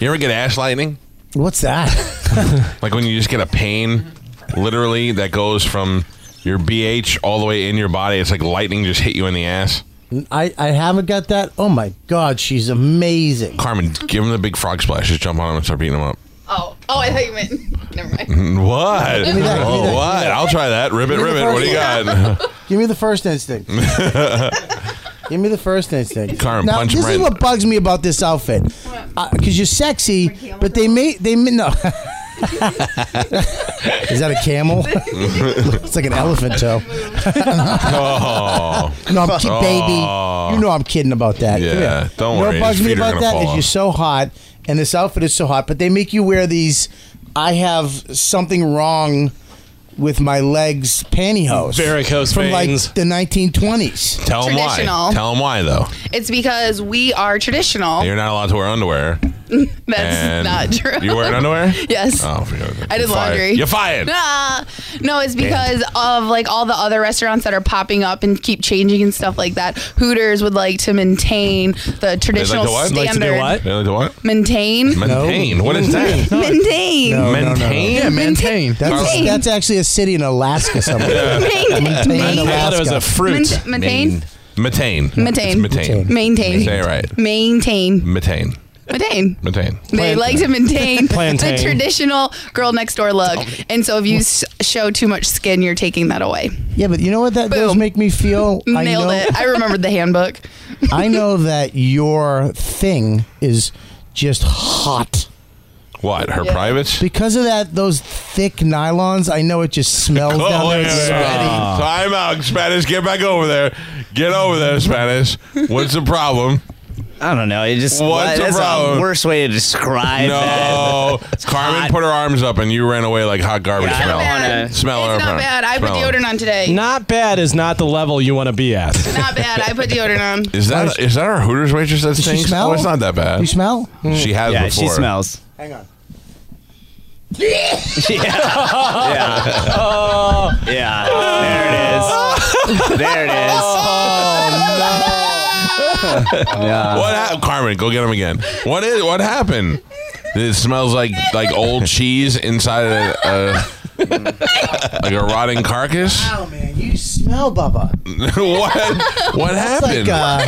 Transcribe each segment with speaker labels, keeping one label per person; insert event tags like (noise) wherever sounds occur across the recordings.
Speaker 1: You ever get ash lightning?
Speaker 2: What's that?
Speaker 1: Like when you just get a pain, literally that goes from your BH all the way in your body. It's like lightning just hit you in the ass.
Speaker 2: I, I haven't got that. Oh my God, she's amazing.
Speaker 1: Carmen, give him the big frog splash. Just jump on him and start beating him up. (laughs)
Speaker 3: Oh, oh, I thought you meant. (laughs) Never mind.
Speaker 1: What?
Speaker 2: Give me that,
Speaker 1: oh,
Speaker 2: give me that, give me
Speaker 1: what?
Speaker 2: that.
Speaker 1: I'll try that. Ribbit,
Speaker 2: Give me the
Speaker 1: ribbit. What do you got?
Speaker 2: Give me the first instinct. Give me the first instinct.
Speaker 1: Carmen,
Speaker 2: now,
Speaker 1: punch him
Speaker 2: this
Speaker 1: right
Speaker 2: is
Speaker 1: in-
Speaker 2: what bugs me about this outfit, because you're sexy,
Speaker 3: camel
Speaker 2: but they made they made no. (laughs) is that a camel? (laughs) it's like an elephant toe.
Speaker 1: (laughs) oh,
Speaker 2: No, I'm kid,
Speaker 1: Oh.
Speaker 2: baby. You know I'm kidding about that. Come
Speaker 1: Yeah,
Speaker 2: here.
Speaker 1: don't
Speaker 2: you
Speaker 1: worry,
Speaker 2: Know what bugs
Speaker 1: his
Speaker 2: me
Speaker 1: feet are
Speaker 2: about
Speaker 1: gonna
Speaker 2: that
Speaker 1: fall
Speaker 2: is
Speaker 1: off.
Speaker 2: you're so hot, and this outfit is so hot, but they make you wear these. I have something wrong with my legs pantyhose.
Speaker 4: Varicose
Speaker 2: from
Speaker 4: veins.
Speaker 2: like the 1920s.
Speaker 1: tell him why.
Speaker 3: Traditional.
Speaker 1: Tell him why though.
Speaker 3: It's because we are traditional.
Speaker 1: You're not allowed to wear underwear.
Speaker 3: That's
Speaker 1: and
Speaker 3: not true.
Speaker 1: You're wearing underwear?
Speaker 3: (laughs) Yes.
Speaker 1: Oh, forgot that.
Speaker 3: I did
Speaker 1: You're fired.
Speaker 3: laundry.
Speaker 1: You're fired.
Speaker 3: (laughs) Ah, no, it's because of like all the other restaurants that are popping up and keep changing and stuff like that. Hooters would like to maintain the traditional
Speaker 1: to what?
Speaker 4: Like to do
Speaker 3: standard.
Speaker 4: what?
Speaker 1: You know, the what?
Speaker 3: Maintain.
Speaker 1: Maintain. What is
Speaker 2: Maintain.
Speaker 1: that?
Speaker 3: Maintain.
Speaker 2: No, no, no, no.
Speaker 1: Maintain.
Speaker 5: Yeah, maintain.
Speaker 2: That's,
Speaker 3: Maintain.
Speaker 2: that's actually a city in Alaska
Speaker 3: (laughs)
Speaker 2: somewhere.
Speaker 3: Maintain.
Speaker 4: I thought it was a
Speaker 2: Alaska.
Speaker 4: fruit.
Speaker 3: Maint- Maintain.
Speaker 1: Maintain.
Speaker 3: Maintain.
Speaker 1: It's Maintain.
Speaker 3: Maintain.
Speaker 1: Say it right.
Speaker 3: Maintain.
Speaker 1: Maintain.
Speaker 3: Maintain.
Speaker 1: Maintain.
Speaker 3: They like
Speaker 2: (laughs)
Speaker 3: to maintain the
Speaker 4: Plantain.
Speaker 3: traditional girl next door look. And so if you s- show too much skin, you're taking that away.
Speaker 2: Yeah, but you know what that does
Speaker 3: Boom.
Speaker 2: make me feel? I
Speaker 3: Nailed
Speaker 2: know,
Speaker 3: it. I remembered
Speaker 2: (laughs)
Speaker 3: the handbook.
Speaker 2: I know that your thing is just hot.
Speaker 1: What? Her
Speaker 3: Yeah.
Speaker 1: privates?
Speaker 2: Because of that, those thick nylons, I know it just smells
Speaker 1: Oh,
Speaker 2: down there. It's sweaty.
Speaker 1: Time out, Spanish. Get back over there. Get over there, Spanish. What's the problem?
Speaker 5: I don't know. It just
Speaker 1: What's the
Speaker 5: that's
Speaker 1: problem?
Speaker 5: a worse way to describe that.
Speaker 1: No. Carmen
Speaker 5: hot.
Speaker 1: put her arms up and you ran away like hot garbage
Speaker 5: Yeah, I
Speaker 1: smell.
Speaker 5: don't
Speaker 3: Bad.
Speaker 5: wanna-
Speaker 1: Oh, Smell her
Speaker 3: it's not
Speaker 1: arm.
Speaker 3: bad. I put
Speaker 1: Smell her.
Speaker 3: deodorant on today.
Speaker 4: Not bad is not the level you want to be at.
Speaker 3: Not bad. I put deodorant on.
Speaker 1: Is that is that our Hooters waitress that
Speaker 2: Does she
Speaker 1: stinks?
Speaker 2: smell?
Speaker 1: Oh, it's not that bad.
Speaker 2: You smell?
Speaker 1: She has
Speaker 5: Yeah,
Speaker 1: before.
Speaker 5: she smells.
Speaker 2: Hang
Speaker 5: (laughs)
Speaker 2: on.
Speaker 5: Yeah. yeah. There it is. There it is. yeah.
Speaker 1: What happened, Carmen? Go get him again. What is? What happened? It smells like like old cheese inside a, a like a rotting carcass. (laughs)
Speaker 2: Oh man, you smell, Bubba.
Speaker 1: what? What happened? (laughs)
Speaker 2: Like, uh,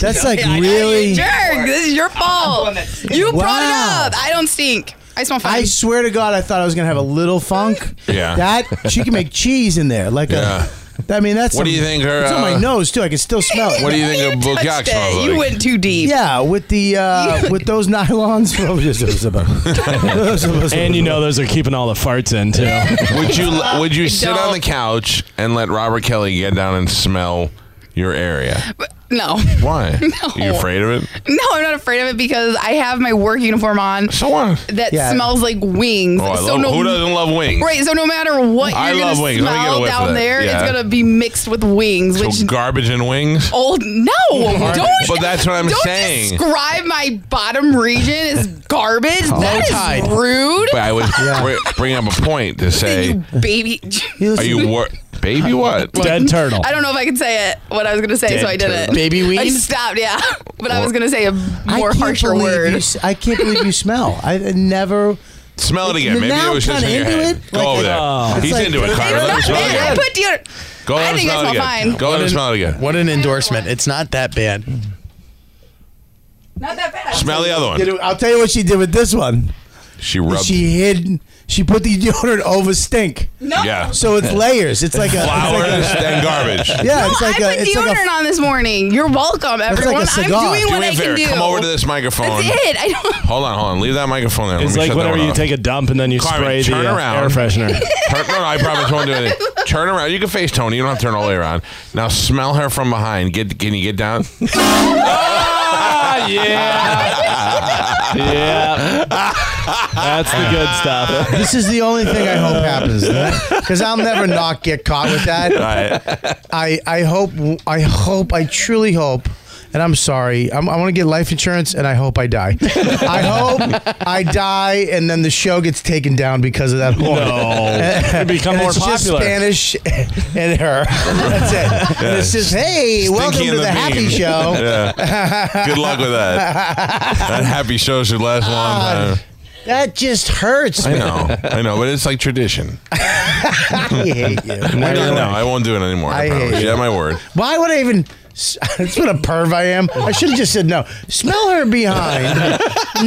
Speaker 2: that's
Speaker 3: (laughs)
Speaker 2: like
Speaker 3: You
Speaker 2: really.
Speaker 3: jerk. This is your fault. You brought
Speaker 2: Wow.
Speaker 3: it up. I don't stink. I smell fine.
Speaker 2: I swear to God, I thought I was gonna have a little funk.
Speaker 1: Yeah.
Speaker 2: That she can make cheese in there, like
Speaker 1: Yeah.
Speaker 2: a. I mean, that's.
Speaker 1: What do
Speaker 2: some-
Speaker 1: you think her,
Speaker 2: It's on
Speaker 1: uh,
Speaker 2: my nose too. I can still smell it.
Speaker 1: what do you think a
Speaker 3: You touched
Speaker 1: bukkake
Speaker 3: it.
Speaker 1: smells like?
Speaker 3: You went too deep.
Speaker 2: yeah, with the uh, with those nylons. (laughs) Oh, yes, it was about- Those- those-
Speaker 4: and you know those are keeping all the farts in too.
Speaker 1: Would you would you sit on
Speaker 3: don't.
Speaker 1: the couch and let Robert Kelly get down and smell your area?
Speaker 3: No. (laughs)
Speaker 1: Why? You afraid of it?
Speaker 3: No, I'm not afraid of it because I have my work uniform on
Speaker 1: So what?
Speaker 3: that
Speaker 2: Yeah.
Speaker 3: smells like wings.
Speaker 1: Oh, I
Speaker 3: so
Speaker 1: love,
Speaker 3: no,
Speaker 1: who doesn't love wings?
Speaker 3: Right, so no matter what you're
Speaker 1: I
Speaker 3: gonna
Speaker 1: love wings. Let me get a
Speaker 3: smell
Speaker 1: whiff of
Speaker 3: down
Speaker 1: that.
Speaker 3: there,
Speaker 1: Yeah.
Speaker 3: it's gonna be mixed with wings,
Speaker 1: So
Speaker 3: which Oh.
Speaker 1: garbage and wings.
Speaker 3: old no, don't.
Speaker 1: But that's what I'm
Speaker 3: don't
Speaker 1: saying.
Speaker 3: Describe my bottom region as garbage. That is
Speaker 4: tide.
Speaker 3: rude.
Speaker 1: But I was br- bringing up a point to say,
Speaker 3: You baby.
Speaker 2: You
Speaker 1: are
Speaker 2: listen-
Speaker 3: (laughs)
Speaker 1: you wor- baby? What?
Speaker 4: Dead turtle.
Speaker 3: I don't know if I could say it. What I was gonna say, so I didn't.
Speaker 2: Baby weed?
Speaker 3: I stopped. Yeah, (laughs) but I was gonna say a
Speaker 2: I
Speaker 3: more
Speaker 2: can't
Speaker 3: harsher
Speaker 2: believe
Speaker 3: word.
Speaker 2: You, s- I can't believe you smell. I never.
Speaker 1: Smell it again.
Speaker 2: Now
Speaker 1: Maybe it was
Speaker 2: I'm
Speaker 1: just in
Speaker 2: kinda
Speaker 1: your
Speaker 2: into
Speaker 1: head.
Speaker 2: it.
Speaker 1: Go
Speaker 2: Like,
Speaker 1: over there.
Speaker 4: oh.
Speaker 1: He's
Speaker 2: like-
Speaker 1: into it,
Speaker 2: It's
Speaker 1: Carmen. Let him
Speaker 3: Not
Speaker 1: smell it
Speaker 3: bad. I
Speaker 1: again.
Speaker 3: put deodorant.
Speaker 1: Go
Speaker 3: I
Speaker 1: ahead and
Speaker 3: think I
Speaker 1: smell it
Speaker 3: smell
Speaker 1: again.
Speaker 3: fine.
Speaker 1: Go ahead and smell it again.
Speaker 5: What an endorsement. It's not that bad.
Speaker 3: Not that bad.
Speaker 1: Smell the other one.
Speaker 2: I'll tell you what she did with this one.
Speaker 1: She rubbed.
Speaker 2: She hid. She put the deodorant over stink,
Speaker 3: No.
Speaker 1: yeah.
Speaker 2: so it's layers. It's like a. it's like a-
Speaker 1: Flowers and garbage.
Speaker 2: yeah, it's
Speaker 3: I
Speaker 2: like
Speaker 3: put
Speaker 2: a. It's
Speaker 3: deodorant
Speaker 2: like a.
Speaker 3: on this morning. You're
Speaker 2: like
Speaker 3: welcome,
Speaker 2: a
Speaker 3: everyone.
Speaker 2: cigar.
Speaker 3: I'm doing
Speaker 2: Do
Speaker 1: Do
Speaker 3: what
Speaker 1: me a
Speaker 3: I
Speaker 1: favor.
Speaker 3: can do.
Speaker 1: Come over to this microphone.
Speaker 3: That's it. I
Speaker 2: (laughs)
Speaker 3: don't.
Speaker 1: Hold on, hold on. Leave that microphone there. Let
Speaker 4: It's
Speaker 1: me
Speaker 4: like
Speaker 1: shut that
Speaker 4: whenever
Speaker 1: one
Speaker 4: you
Speaker 1: off.
Speaker 4: take a dump and then you
Speaker 1: Carmen,
Speaker 4: spray the
Speaker 1: turn
Speaker 4: uh,
Speaker 1: around.
Speaker 4: air freshener.
Speaker 1: Turn, no, no, I promise won't do anything. Turn around. You can face Tony. You don't have to turn all the way around. Now smell her from behind. Get can you get down?
Speaker 4: ah, yeah. yeah. That's the good
Speaker 2: (laughs)
Speaker 4: stuff.
Speaker 2: This is the only thing I hope happens, because I'll never not get caught with that.
Speaker 1: All right.
Speaker 2: I I hope I hope I truly hope, and I'm sorry. I'm, I want to get life insurance, and I hope I die. I hope I die, and then the show gets taken down because of that horn. (laughs)
Speaker 4: It'd become
Speaker 2: And
Speaker 4: more
Speaker 2: it's just
Speaker 4: popular.
Speaker 2: Spanish and her. That's it. And it's just hey, welcome
Speaker 1: Stinky
Speaker 2: to
Speaker 1: and
Speaker 2: the, happy
Speaker 1: Bean.
Speaker 2: show.
Speaker 4: (laughs)
Speaker 1: Yeah. Good luck with that. That happy show should last a long time.
Speaker 2: That just hurts.
Speaker 1: I
Speaker 2: man.
Speaker 1: know, I know, but it's like
Speaker 2: (laughs)
Speaker 1: tradition.
Speaker 2: I hate you.
Speaker 1: I know, I won't do it anymore. I,
Speaker 2: I hate
Speaker 1: promise.
Speaker 2: you.
Speaker 1: You have my
Speaker 2: (laughs)
Speaker 1: word.
Speaker 2: Why would I even? (laughs) That's what a perv I am. I should have just said no. Smell her behind.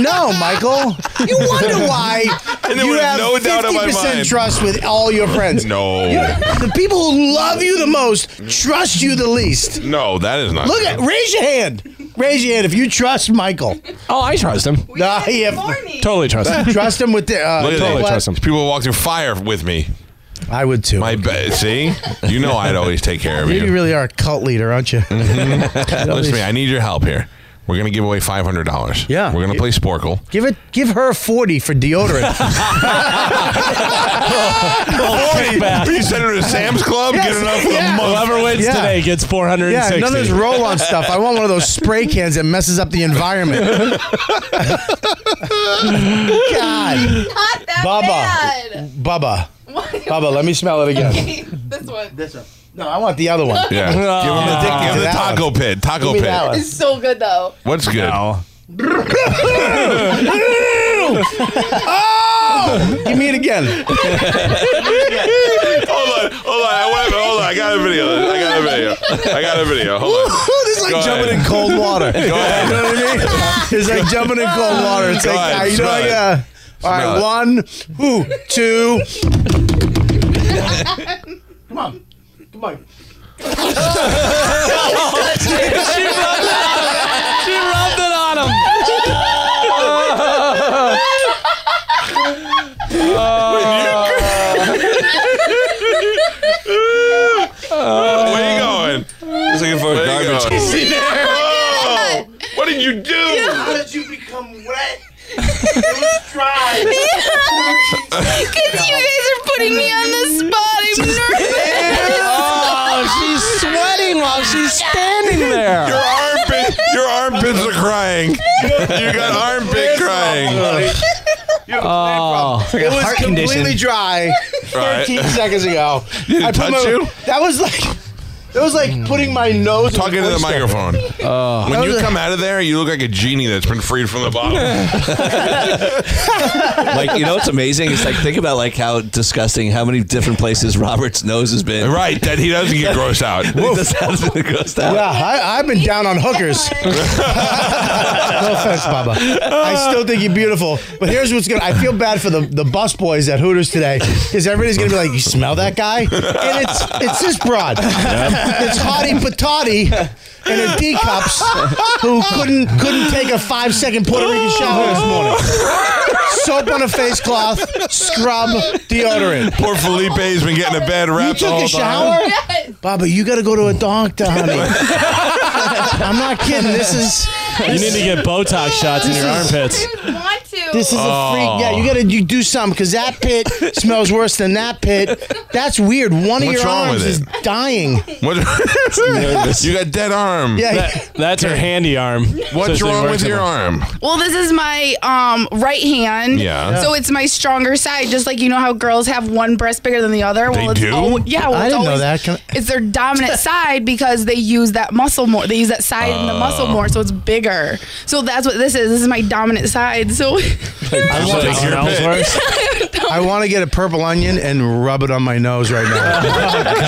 Speaker 2: No, Michael. You wonder
Speaker 1: (laughs)
Speaker 2: why
Speaker 1: there
Speaker 2: you
Speaker 1: was
Speaker 2: have
Speaker 1: no doubt in my mind.
Speaker 2: trust with all your friends.
Speaker 1: No,
Speaker 2: The people who love you the most trust you the least.
Speaker 1: no, that is not.
Speaker 2: Look at raise your hand. Raise your hand if you trust Michael.
Speaker 4: Oh, I trust him.
Speaker 2: Nah,
Speaker 3: Good
Speaker 2: yeah.
Speaker 3: morning.
Speaker 4: Totally trust (laughs) him.
Speaker 2: Trust him with the. Uh,
Speaker 1: Look at
Speaker 4: Totally
Speaker 1: that.
Speaker 4: trust him.
Speaker 1: People walk through fire with me.
Speaker 2: I would too.
Speaker 1: My be- see, you know, I'd always take care of
Speaker 2: you
Speaker 1: you.
Speaker 2: really are a cult leader, aren't you?
Speaker 1: Mm-hmm.
Speaker 2: (laughs)
Speaker 1: Listen to me. I need your help here. We're gonna give away five hundred dollars.
Speaker 2: Yeah.
Speaker 1: we're gonna play
Speaker 2: (laughs)
Speaker 1: Sporkle.
Speaker 2: Give it. Give her forty for deodorant.
Speaker 1: Forty. You send her to Sam's Club.
Speaker 2: Yes,
Speaker 1: Get enough for
Speaker 2: yeah.
Speaker 1: a month.
Speaker 4: Whoever wins
Speaker 2: Yeah.
Speaker 4: today gets four hundred and
Speaker 2: Yeah,
Speaker 4: sixty.
Speaker 2: none of this roll-on stuff. I want one of those spray cans that messes up the environment.
Speaker 1: (laughs)
Speaker 2: God,
Speaker 3: Not that
Speaker 2: Baba.
Speaker 3: bad.
Speaker 2: Bubba,
Speaker 3: What?
Speaker 2: Bubba, let me smell it again.
Speaker 3: this one. This
Speaker 2: No, I want the other one.
Speaker 1: Yeah,
Speaker 4: (laughs) Oh.
Speaker 1: give him the,
Speaker 2: Addicted
Speaker 1: give him
Speaker 2: to
Speaker 1: the
Speaker 2: Ah. that
Speaker 1: taco pit. Taco
Speaker 2: Give me that
Speaker 1: pit.
Speaker 2: one.
Speaker 3: is so good though.
Speaker 1: What's good?
Speaker 2: Give me it
Speaker 1: (laughs)
Speaker 2: again.
Speaker 1: Hold on, hold on. I went, hold on. I got a video. I got a video. I got a video. Hold on.
Speaker 2: this is like
Speaker 1: Go
Speaker 4: (laughs)
Speaker 2: jumping
Speaker 1: ahead.
Speaker 2: in cold water. you know
Speaker 1: ahead.
Speaker 2: what I mean? (laughs) It's like jumping in cold water. It's
Speaker 1: Go
Speaker 2: like
Speaker 1: ahead,
Speaker 2: uh, you know,
Speaker 1: smell
Speaker 2: like
Speaker 1: it.
Speaker 2: uh, all right,
Speaker 1: Smell it.
Speaker 2: one, who, two. Come on, come on.
Speaker 4: She rubbed it on him.
Speaker 1: Where you going?
Speaker 6: He's looking for a
Speaker 1: Where you
Speaker 6: garbage.
Speaker 1: going? Oh, what did you do?
Speaker 2: How did you become wet? It was dry.
Speaker 3: Because you guys are putting me on the spot.
Speaker 2: (laughs)
Speaker 3: I'm nervous.
Speaker 4: Oh, she's sweating while she's standing
Speaker 1: (laughs)
Speaker 4: there.
Speaker 1: Your armpit, your armpits are crying. You got armpit crying.
Speaker 4: Oh,
Speaker 2: It was completely
Speaker 4: condition.
Speaker 2: dry
Speaker 1: Right. (laughs)
Speaker 2: 15 seconds ago.
Speaker 1: Did it
Speaker 2: I put
Speaker 1: touch
Speaker 2: my-
Speaker 1: you?
Speaker 2: That was like that was like putting my nose in
Speaker 1: Talking to the
Speaker 2: oyster.
Speaker 1: microphone.
Speaker 2: Uh,
Speaker 1: when you come out of there, you look like a genie that's been freed from the
Speaker 2: (laughs)
Speaker 1: bottle.
Speaker 6: Like you know, what's amazing. It's like think about like how disgusting, how many different places Robert's nose has been. (laughs)
Speaker 1: right, that he doesn't get grossed out.
Speaker 6: This has been a ghost town.
Speaker 2: Yeah, I, I've been down on
Speaker 3: (laughs)
Speaker 2: hookers. no offense, Baba. I still think you're beautiful, but here's what's gonna. I feel bad for the the bus boys at Hooters today because everybody's gonna be like, "You smell that guy?" And it's it's this broad. It's Hottie Patati and a D cups who couldn't couldn't take a five second Puerto Rican shower
Speaker 4: Oh.
Speaker 2: this morning. Soap on a face cloth, scrub, deodorant.
Speaker 1: Poor Felipe's been getting a bad
Speaker 2: You
Speaker 1: rap. the
Speaker 2: took
Speaker 1: whole
Speaker 2: a
Speaker 1: time.
Speaker 2: shower? Baba, you got to go to a doctor,
Speaker 4: (laughs)
Speaker 2: honey. I'm not kidding. This is
Speaker 4: you need to get Botox shots in your armpits.
Speaker 3: I want to.
Speaker 2: this is a freak. Yeah, you got to you do something because that (laughs) pit smells worse than that pit. That's weird. One of
Speaker 1: What's
Speaker 2: your
Speaker 1: wrong
Speaker 2: arms
Speaker 1: with
Speaker 2: is dying.
Speaker 1: What?
Speaker 2: (laughs)
Speaker 1: you got dead arm.
Speaker 2: Yeah,
Speaker 4: That's her handy arm.
Speaker 1: What's
Speaker 4: So she
Speaker 1: wrong
Speaker 4: works
Speaker 1: with your
Speaker 4: them.
Speaker 1: arm?
Speaker 3: Well, this is my um, right hand.
Speaker 1: Yeah.
Speaker 3: So it's my stronger side. Just like you know how girls have one breast bigger than the other. Well, it's
Speaker 1: do?
Speaker 3: al- yeah. Well,
Speaker 2: I
Speaker 3: it's
Speaker 2: didn't know
Speaker 3: always-
Speaker 2: that. Can I-
Speaker 3: It's
Speaker 2: (laughs)
Speaker 3: their dominant side because they use that muscle more. They use that side in the muscle more, so it's bigger. So that's what this is. This is my dominant side. So (laughs)
Speaker 1: Just
Speaker 4: What,
Speaker 1: take your
Speaker 4: Arnold's
Speaker 1: pick.
Speaker 4: worse?
Speaker 2: I want to get a purple onion and rub it on my nose right (laughs) now,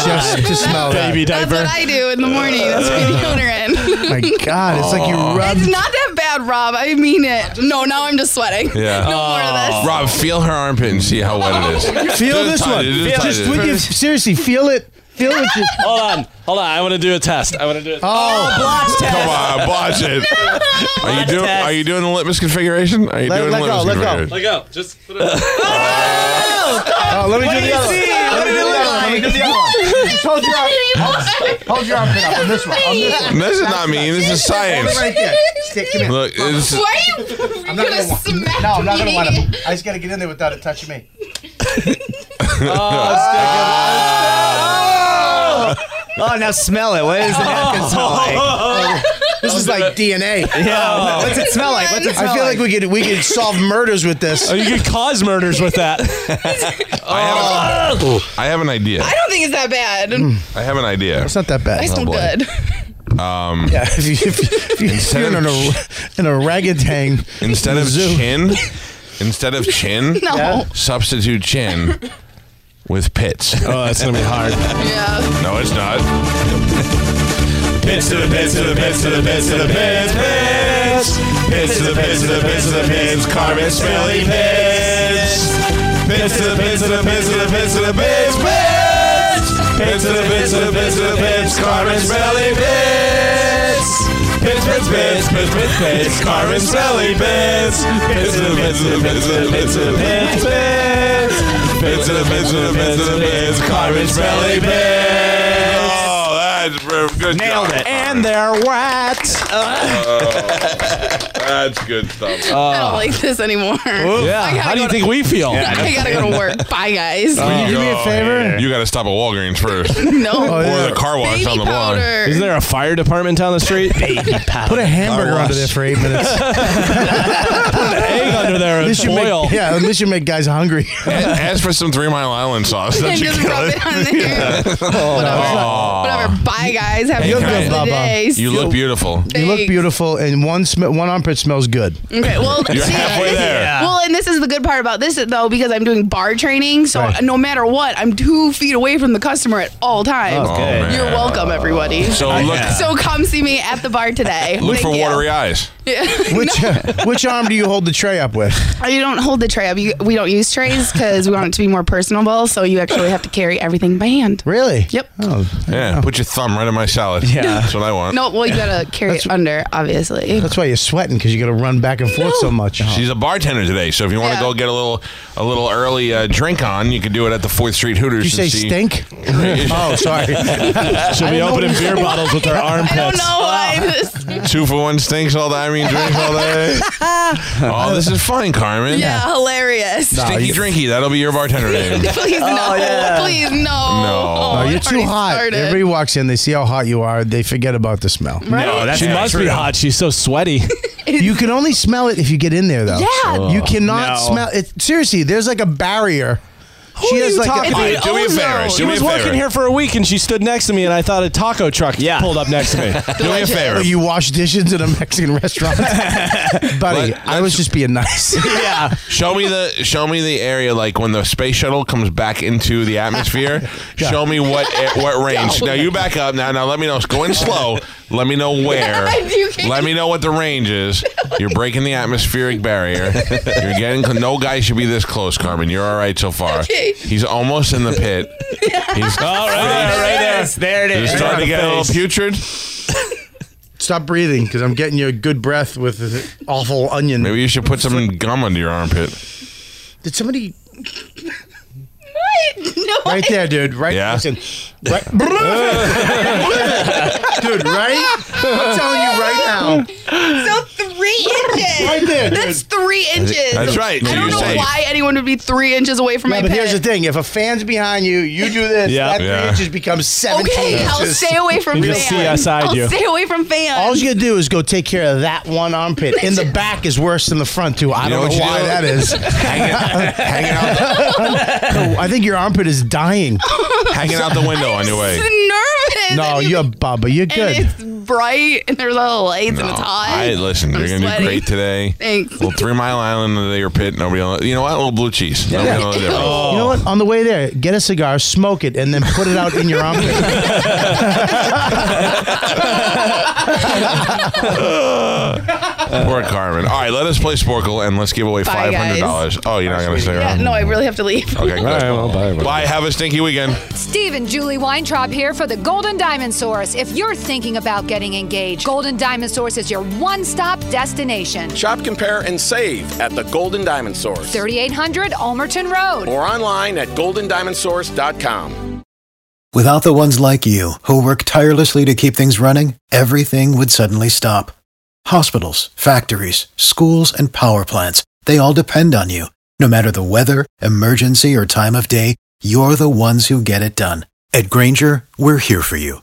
Speaker 2: just to smell that.
Speaker 4: Baby
Speaker 3: that's
Speaker 4: diaper.
Speaker 3: what I do in the morning. That's my deodorant. (laughs)
Speaker 2: My God, it's like you rubbed.
Speaker 3: it's not that bad, Rob. I mean it. No, now I'm just sweating.
Speaker 1: Yeah.
Speaker 3: No more of this.
Speaker 1: Rob, feel her armpit and see how wet it is.
Speaker 2: Feel
Speaker 1: Just
Speaker 2: this
Speaker 1: tight,
Speaker 2: one.
Speaker 1: just tight.
Speaker 2: Just with you, seriously, feel it. Feel it. (laughs) Just,
Speaker 4: Hold on, hold on. I want to do a test. I want to do it.
Speaker 2: oh,
Speaker 1: Come
Speaker 2: (laughs)
Speaker 1: on, watch it. Are you doing? Are you doing the litmus configuration? Are you
Speaker 2: Let-
Speaker 1: doing
Speaker 2: let
Speaker 1: the
Speaker 2: go,
Speaker 1: litmus
Speaker 2: let go.
Speaker 1: configuration?
Speaker 4: Let go. Just put it.
Speaker 2: Oh, let me do the other one. Let me do the other one. Let me do the other one. Just hold your arm. Hold your armpit up on this one. On (laughs) this one.
Speaker 1: This is not me. This is
Speaker 2: Hold it
Speaker 1: science.
Speaker 2: right there. Stick, come
Speaker 1: (laughs)
Speaker 2: here.
Speaker 1: Look, it's,
Speaker 3: Why are you I'm
Speaker 2: I'm not
Speaker 3: gonna
Speaker 2: gonna want.
Speaker 3: smack
Speaker 2: No, I'm not gonna
Speaker 3: me?
Speaker 2: want it. I just gotta get in there without it touching me.
Speaker 5: Oh, now smell it. What is the napkin smell like?
Speaker 2: This is like (laughs) DNA.
Speaker 7: Yeah. What's it smell like? What's it smell
Speaker 2: I feel like we could we could solve murders with this.
Speaker 7: Oh, you could cause murders with that.
Speaker 1: I have, I have an idea.
Speaker 3: I don't think it's that bad.
Speaker 1: I have an idea. Um,
Speaker 2: It's not that bad.
Speaker 3: It's still
Speaker 1: Mm. Oh, boy.
Speaker 3: good. (laughs)
Speaker 2: Yeah, (laughs) if, you, if, you, if you- if you're in an, or- an orangutan,
Speaker 1: Instead of (laughs) chin, instead of chin,
Speaker 3: No. Yeah.
Speaker 1: substitute chin with pits.
Speaker 7: Oh, that's gonna be hard.
Speaker 1: No, it's not. Pits to the pits to the pits to the pits to the pits, pits. Pits to the pits to the pits to the pits, Carmen Smelly pits. Pits to the pits to the pits to the pits to the pits, pits. Pits to the pits to the pits to the pits, Carmen Smelly pits. Pits, pits, pits, pits, pits, pits, Carmen Smelly pits. Pits to the pits to the pits to the pits to the pits, pits. Pits to the pits to the pits to the pits, Carmen Smelly pits. Oh, that's good.
Speaker 5: Nailed it.
Speaker 7: And they're wet.
Speaker 1: That's good stuff.
Speaker 3: I don't like this anymore.
Speaker 1: (laughs)
Speaker 3: I
Speaker 7: yeah.
Speaker 3: gotta
Speaker 7: How do
Speaker 3: go
Speaker 7: you
Speaker 3: to-
Speaker 7: think we feel?
Speaker 3: I gotta go to work. Bye, guys.
Speaker 1: Oh.
Speaker 2: you do me a favor?
Speaker 1: You got to stop at Walgreens first,
Speaker 3: (laughs) no.
Speaker 1: or the car wash
Speaker 3: Baby
Speaker 1: Oh, on the block.
Speaker 3: powder. (laughs)
Speaker 7: Isn't there a fire department down the street? Baby powder.
Speaker 2: Put a hamburger
Speaker 6: Car
Speaker 2: under
Speaker 6: wash.
Speaker 2: there for (laughs) eight minutes. At
Speaker 7: Egg under there and
Speaker 2: least you
Speaker 7: boil.
Speaker 2: make, yeah, at least you make guys hungry. (laughs)
Speaker 1: Ask for some Three Mile Island
Speaker 3: (laughs)
Speaker 1: sauce. That
Speaker 3: and
Speaker 1: should
Speaker 3: just
Speaker 1: kill
Speaker 3: rub
Speaker 1: it.
Speaker 3: it
Speaker 1: (laughs)
Speaker 3: on there.
Speaker 1: Aw.
Speaker 3: Whatever. Bye, guys. Have a
Speaker 1: You're
Speaker 3: good
Speaker 1: Oh. good,
Speaker 3: rest of
Speaker 2: Baba.
Speaker 3: the day.
Speaker 1: You look beautiful.
Speaker 2: You look
Speaker 3: Thanks.
Speaker 2: beautiful, and one sm- one armpit smells
Speaker 3: (laughs)
Speaker 2: good.
Speaker 3: Okay, well,
Speaker 1: You're
Speaker 3: see,
Speaker 1: halfway
Speaker 3: this is-
Speaker 1: there. Yeah.
Speaker 3: Well, and this is the good part about this though, because I'm doing bar training, so
Speaker 2: Right.
Speaker 3: no matter what, I'm two feet away from the customer at all times.
Speaker 1: Okay. Oh, man.
Speaker 3: You're welcome, everybody.
Speaker 1: So look,
Speaker 3: So come see me at the bar today.
Speaker 1: look
Speaker 3: Thank
Speaker 1: for
Speaker 3: you.
Speaker 1: watery eyes.
Speaker 2: Which uh, which arm do you hold the tray up with?
Speaker 3: You don't hold the tray up. You, we don't use trays because we want it to be more personable. So you actually have to carry everything by hand.
Speaker 2: Really?
Speaker 3: Yep.
Speaker 2: Oh,
Speaker 1: Yeah, put your thumb right in my salad. Yeah, that's what I want.
Speaker 3: No, well, you gotta carry it under, obviously.
Speaker 2: that's why you're sweating because you got to run back and forth so much.
Speaker 1: She's a bartender today, so if you want to
Speaker 3: Yeah.
Speaker 1: go get a little a little early uh, drink on, you can do it at the Fourth Street Hooters.
Speaker 2: Did you say
Speaker 1: and see-
Speaker 2: stink? oh, (laughs) sorry.
Speaker 7: Should be opening beer bottles with their armpits.
Speaker 3: I don't know why this.
Speaker 1: Two for one stinks all day. I mean, drinks all day. oh, this is fine, Carmen.
Speaker 3: Yeah, hilarious.
Speaker 1: Stinky drinky. That'll be your bartender name.
Speaker 3: (laughs) Please no. Please no.
Speaker 1: No.
Speaker 2: Oh,
Speaker 3: it
Speaker 2: you're too
Speaker 3: already
Speaker 2: hot.
Speaker 3: started.
Speaker 2: Everybody walks in, they see how hot you are, they forget about the smell.
Speaker 3: Right?
Speaker 7: She must be hot. She's so sweaty.
Speaker 2: You can only smell it if you get in there, though.
Speaker 3: Yeah.
Speaker 2: you cannot
Speaker 5: No.
Speaker 2: smell it. Seriously, there's like a barrier.
Speaker 7: Who are you talking
Speaker 1: All
Speaker 7: to?
Speaker 1: right, do
Speaker 3: Oh,
Speaker 1: me a favor.
Speaker 7: She
Speaker 1: Do me a
Speaker 7: was
Speaker 1: favor.
Speaker 7: working here for a week and she stood next to me and I thought a taco truck
Speaker 5: Yeah.
Speaker 7: pulled up next to me.
Speaker 1: Do me a favor.
Speaker 2: Or Oh, you wash dishes in a Mexican restaurant, (laughs) buddy.
Speaker 1: Let-
Speaker 2: I was just being nice.
Speaker 7: (laughs)
Speaker 5: Yeah.
Speaker 1: Show me the show me the area like when the space shuttle comes back into the
Speaker 3: (laughs)
Speaker 1: atmosphere. Show me what a- what range. Now you back up. Now now let me know. Go in slow. Let me know
Speaker 3: (laughs)
Speaker 1: where.
Speaker 3: You can't-
Speaker 1: Let me know what the range is. You're breaking the atmospheric barrier. You're getting cl- no guy should be this close, Carmen. You're all right so far.
Speaker 3: (laughs) Okay.
Speaker 1: He's almost in the
Speaker 3: (laughs)
Speaker 1: pit. He's all
Speaker 5: there. There it is.
Speaker 1: He's starting to get a little Oh, putrid.
Speaker 2: Stop breathing because I'm getting you a good breath with this awful onion.
Speaker 1: Maybe you should put some gum under your armpit.
Speaker 2: Did somebody
Speaker 3: No.
Speaker 2: right there, dude? Right,
Speaker 1: Yeah.
Speaker 2: listen, right, (laughs) dude, right? I'm telling you right now,
Speaker 3: So three
Speaker 2: (laughs)
Speaker 3: inches.
Speaker 2: right there, dude.
Speaker 3: That's three inches.
Speaker 1: That's right.
Speaker 3: I don't
Speaker 1: You're
Speaker 3: know
Speaker 1: safe.
Speaker 3: why anyone would be three inches away from
Speaker 2: Yeah,
Speaker 3: my
Speaker 2: but
Speaker 3: pit.
Speaker 2: here's the thing: if a fan's behind you, you do this.
Speaker 7: Yeah.
Speaker 2: that three
Speaker 1: Yeah.
Speaker 2: inches becomes seventeen
Speaker 3: Okay,
Speaker 2: inches.
Speaker 3: I'll stay away from
Speaker 7: You
Speaker 3: fans.
Speaker 7: just CSI'd
Speaker 3: I'll
Speaker 7: you.
Speaker 3: stay away from fans.
Speaker 2: All you gotta do is go take care of that one armpit. In the back is worse than the front too. I
Speaker 1: You know
Speaker 2: don't
Speaker 1: what
Speaker 2: know,
Speaker 1: you
Speaker 2: why
Speaker 1: do?
Speaker 2: that is.
Speaker 1: Hanging, hanging out,
Speaker 2: (laughs) No, I think your armpit is dying.
Speaker 1: hanging out the
Speaker 3: (laughs)
Speaker 1: window on your way.
Speaker 3: It's nervous.
Speaker 2: No,
Speaker 3: (laughs) and you-
Speaker 2: you're Bubba. You're
Speaker 3: And
Speaker 2: good.
Speaker 3: it's bright, and there's all the lights, and it's hot.
Speaker 1: I listen.
Speaker 3: I'm
Speaker 1: you're gonna
Speaker 3: sweaty.
Speaker 1: do great today.
Speaker 3: Thanks.
Speaker 1: Well, Three Mile Island under your pit. Nobody. Will, you know what? A little blue cheese. Nobody will know the difference.
Speaker 3: Oh.
Speaker 2: You know what? On the way there, get a cigar, smoke it, and then put it out in your armpit.
Speaker 1: Poor Carmen. All right, let us play Sporkle and let's give away
Speaker 3: Bye,
Speaker 1: five hundred
Speaker 3: guys.
Speaker 1: dollars. Oh, you're not gonna stay
Speaker 3: yeah,
Speaker 1: around.
Speaker 3: no, I really have to leave.
Speaker 1: Okay, good. Bye. Have a stinky weekend.
Speaker 8: Steve and Julie Weintraub here for the Golden Diamond Source. If you're thinking about getting engaged, Golden Diamond Source is your one stop destination.
Speaker 9: Shop, compare, and save at the Golden Diamond Source
Speaker 8: 3800 Almerton Road.
Speaker 9: or online at goldendiamondsource.com.
Speaker 10: Without the ones like you, who work tirelessly to keep things running, everything would suddenly stop. Hospitals, factories, schools, and power plants, they all depend on you. No matter the weather, emergency, or time of day, you're the ones who get it done. At Granger, we're here for you